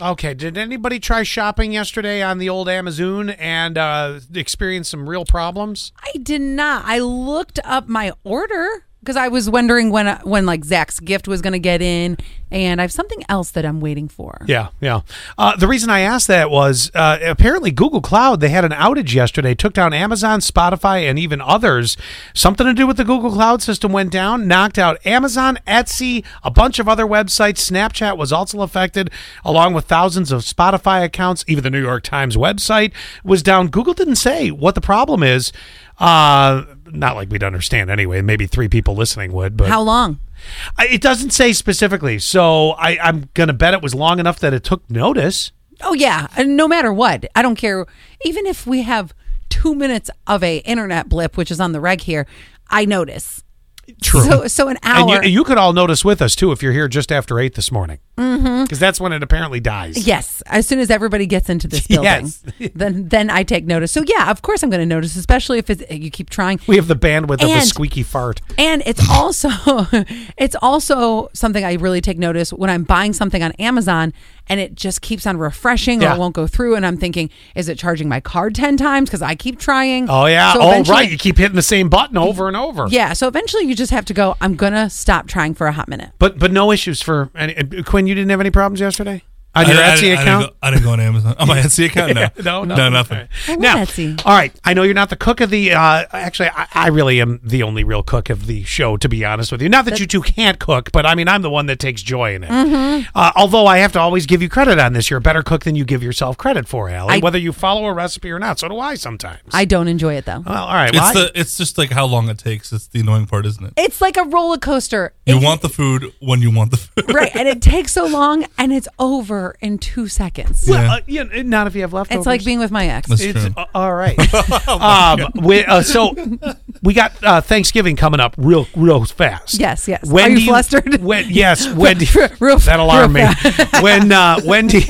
Okay. Did anybody try shopping yesterday on the old Amazon and uh, experience some real problems? I did not. I looked up my order because I was wondering when uh, when like Zach's gift was going to get in, and I have something else that I'm waiting for. Yeah, yeah. Uh, the reason I asked that was uh, apparently Google Cloud they had an outage yesterday, took down Amazon, Spotify, and even others. Something to do with the Google Cloud system went down, knocked out Amazon, Etsy, a bunch of other websites. Snapchat was also affected, along with thousands of Spotify accounts. Even the New York Times website was down. Google didn't say what the problem is. Uh, not like we'd understand anyway. Maybe three people listening would, but How long? I- It doesn't say specifically, so I, I'm going to bet it was long enough that it took notice. Oh yeah, and no matter what, I don't care. Even if we have two minutes of a internet blip, which is on the reg here, I notice. True. So so an and hour. you, you could all notice with us too if you're here just after eight this morning, because Mm-hmm. that's when it apparently dies. Yes, as soon as everybody gets into this building, Yes. then then I take notice. So yeah, of course I'm going to notice, especially if it's, you keep trying. We have the bandwidth of the And- squeaky fart. And it's also it's also something I really take notice when I'm buying something on Amazon and it just keeps on refreshing or Yeah. it won't go through and I'm thinking is it charging my card 10 times cuz I keep trying. Oh yeah. So oh eventually- right. You keep hitting the same button over and over. Yeah, so eventually you just have to go I'm going to stop trying for a hot minute. But but no issues for any, uh, Quinn. You didn't have any problems yesterday on I your didn't- I Etsy didn't- I didn't account. go- I didn't go on Amazon. On my Etsy account? No. no, no, nothing. All I right. love Now, Etsy. all right. I know you're not the cook of the. Uh, actually, I, I really am the only real cook of the show, to be honest with you. Not that you two can't cook, but I mean, I'm the one that takes joy in it. Mm-hmm. Uh, although I have to always give you credit on this. You're a better cook than you give yourself credit for, Allie, I- whether you follow a recipe or not. So do I sometimes. I don't enjoy it though. well, all right. Well, It's I- the it's just like how long it takes. It's the annoying part, isn't it? It's like a roller coaster. You want the food when you want the food. right, and it takes so long and it's over in 2 seconds. well, uh, you know, not if you have leftovers. It's like being with my ex. That's It's true. Oh, uh, all right. um, we, uh, so we got uh, Thanksgiving coming up real, real fast. Yes, yes. When Are you do flustered? When, yes, Wendy. Real- that alarmed real me. when uh, Wendy,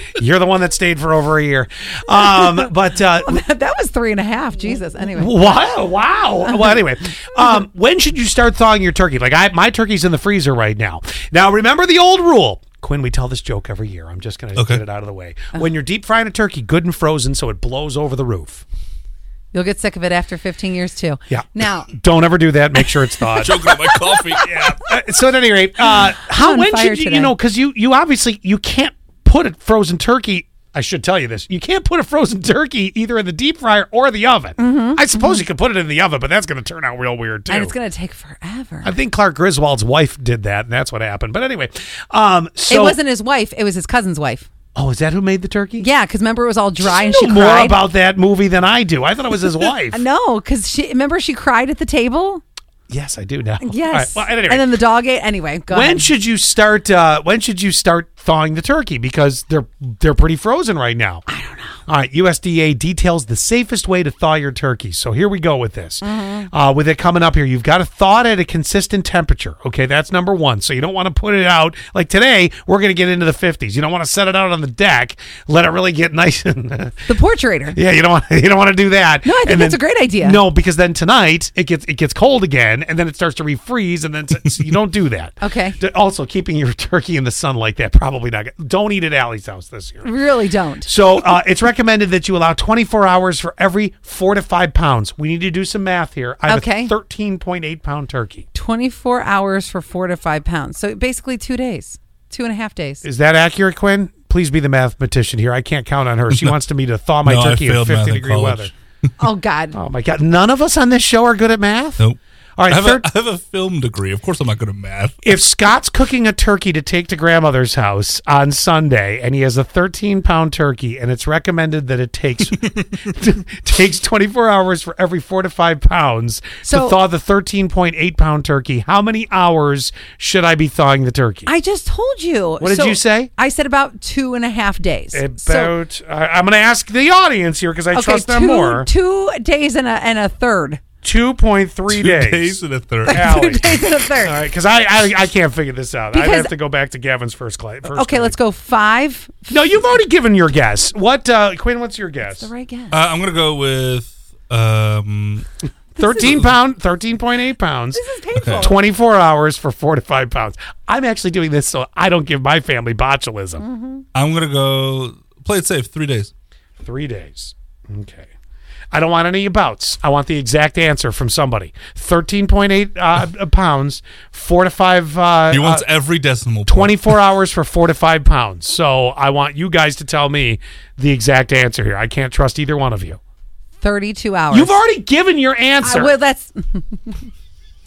you're the one that stayed for over a year. Um, but uh, that was three and a half. Jesus. Anyway. Wow! Wow! Well, anyway, um, when should you start thawing your turkey? Like, I my turkey's in the freezer right now. Now, remember the old rule, Quinn. We tell this joke every year. I'm just going to Okay. get it out of the way. When you're deep frying a turkey, good and frozen, so it blows over the roof. You'll get sick of it after 15 years too. Yeah. Now, Don't ever do that. Make sure it's thawed. Choking on my coffee. Yeah. Uh, so at any rate, uh, how on when fire should you, today. you know? Because you you obviously you can't put a frozen turkey. I should tell you this: you can't put a frozen turkey either in the deep fryer or the oven. I suppose you could put it in the oven, but that's going to turn out real weird too. Mm-hmm. and it's going to take forever. I think Clark Griswold's wife did that, and that's what happened. But anyway, um, so it wasn't his wife, it was his cousin's wife. Oh, is that who made the turkey? Yeah, because remember it was all dry and You she know more cried. Uh, about that movie than I do. I thought it was his wife. no, because she remember she cried at the table. yes, I do now. Yes, All right, well, at any rate, and then the dog ate. Anyway, go when ahead. should you start? Uh, when should you start thawing the turkey because they're they're pretty frozen right now. I don't know. All right, USDA details the safest way to thaw your turkey. So here we go with this. Uh, with it coming up here, you've got to thaw it at a consistent temperature. Okay, that's number one. So you don't want to put it out like today. We're going to get into the 50s. You don't want to set it out on the deck. Let it really get nice and the portraiter. Yeah, you don't want you don't want to do that. No, I think that's a great idea. No, because then tonight it gets it gets cold again, and then it starts to refreeze, and then t- so you don't do that. Okay. D- Also, keeping your turkey in the sun like that probably not. good. Don't eat at Allie's house this year. Really don't. So uh, it's recommended that you allow 24 hours for every four to five pounds. We need to do some math here. I have Okay. a 13.8 pound turkey. Twenty four hours for four to five pounds. So basically two days, two and a half days. Is that accurate, Quinn? Please be the mathematician here. I can't count on her. She wants to me to thaw my No, I turkey in failed math 50 in degree college. weather. oh God. Oh my God! None of us on this show are good at math. Nope. All right, I have, third- a, I have a film degree. Of course, I'm not good at math. if Scott's cooking a turkey to take to grandmother's house on Sunday and he has a 13 pound turkey and it's recommended that it takes takes 24 hours for every 4 to 5 pounds So- to thaw the 13.8 pound turkey how many hours should I be thawing the turkey I just told you. What did you say? I said about two and a half days. So- about I, I'm going to ask the audience here because I trust them two, more Two days and a and a third. 2.3 Two days, days and a third. Uh, Allie. two days and a third. all right because I, I I can't figure this out I'd Because- have to go back to Gavin's first class first Okay, grade. let's go five. no you've already given your guess what uh, Quinn what's your guess The right guess. Uh, I'm gonna go with um, 13 pound, 13.8 pounds. This is painful. 24 hours for four to five pounds. I'm actually doing this so I don't give my family botulism. Mm-hmm. I'm gonna go play it safe. Three days. Three days. Okay. I don't want any abouts. I want the exact answer from somebody. 13.8 uh, pounds, four to five. Uh, He uh, wants every decimal. point. 24 hours for four to five pounds. So I want you guys to tell me the exact answer here. I can't trust either one of you. Thirty-two hours. You've already given your answer. I, well, that's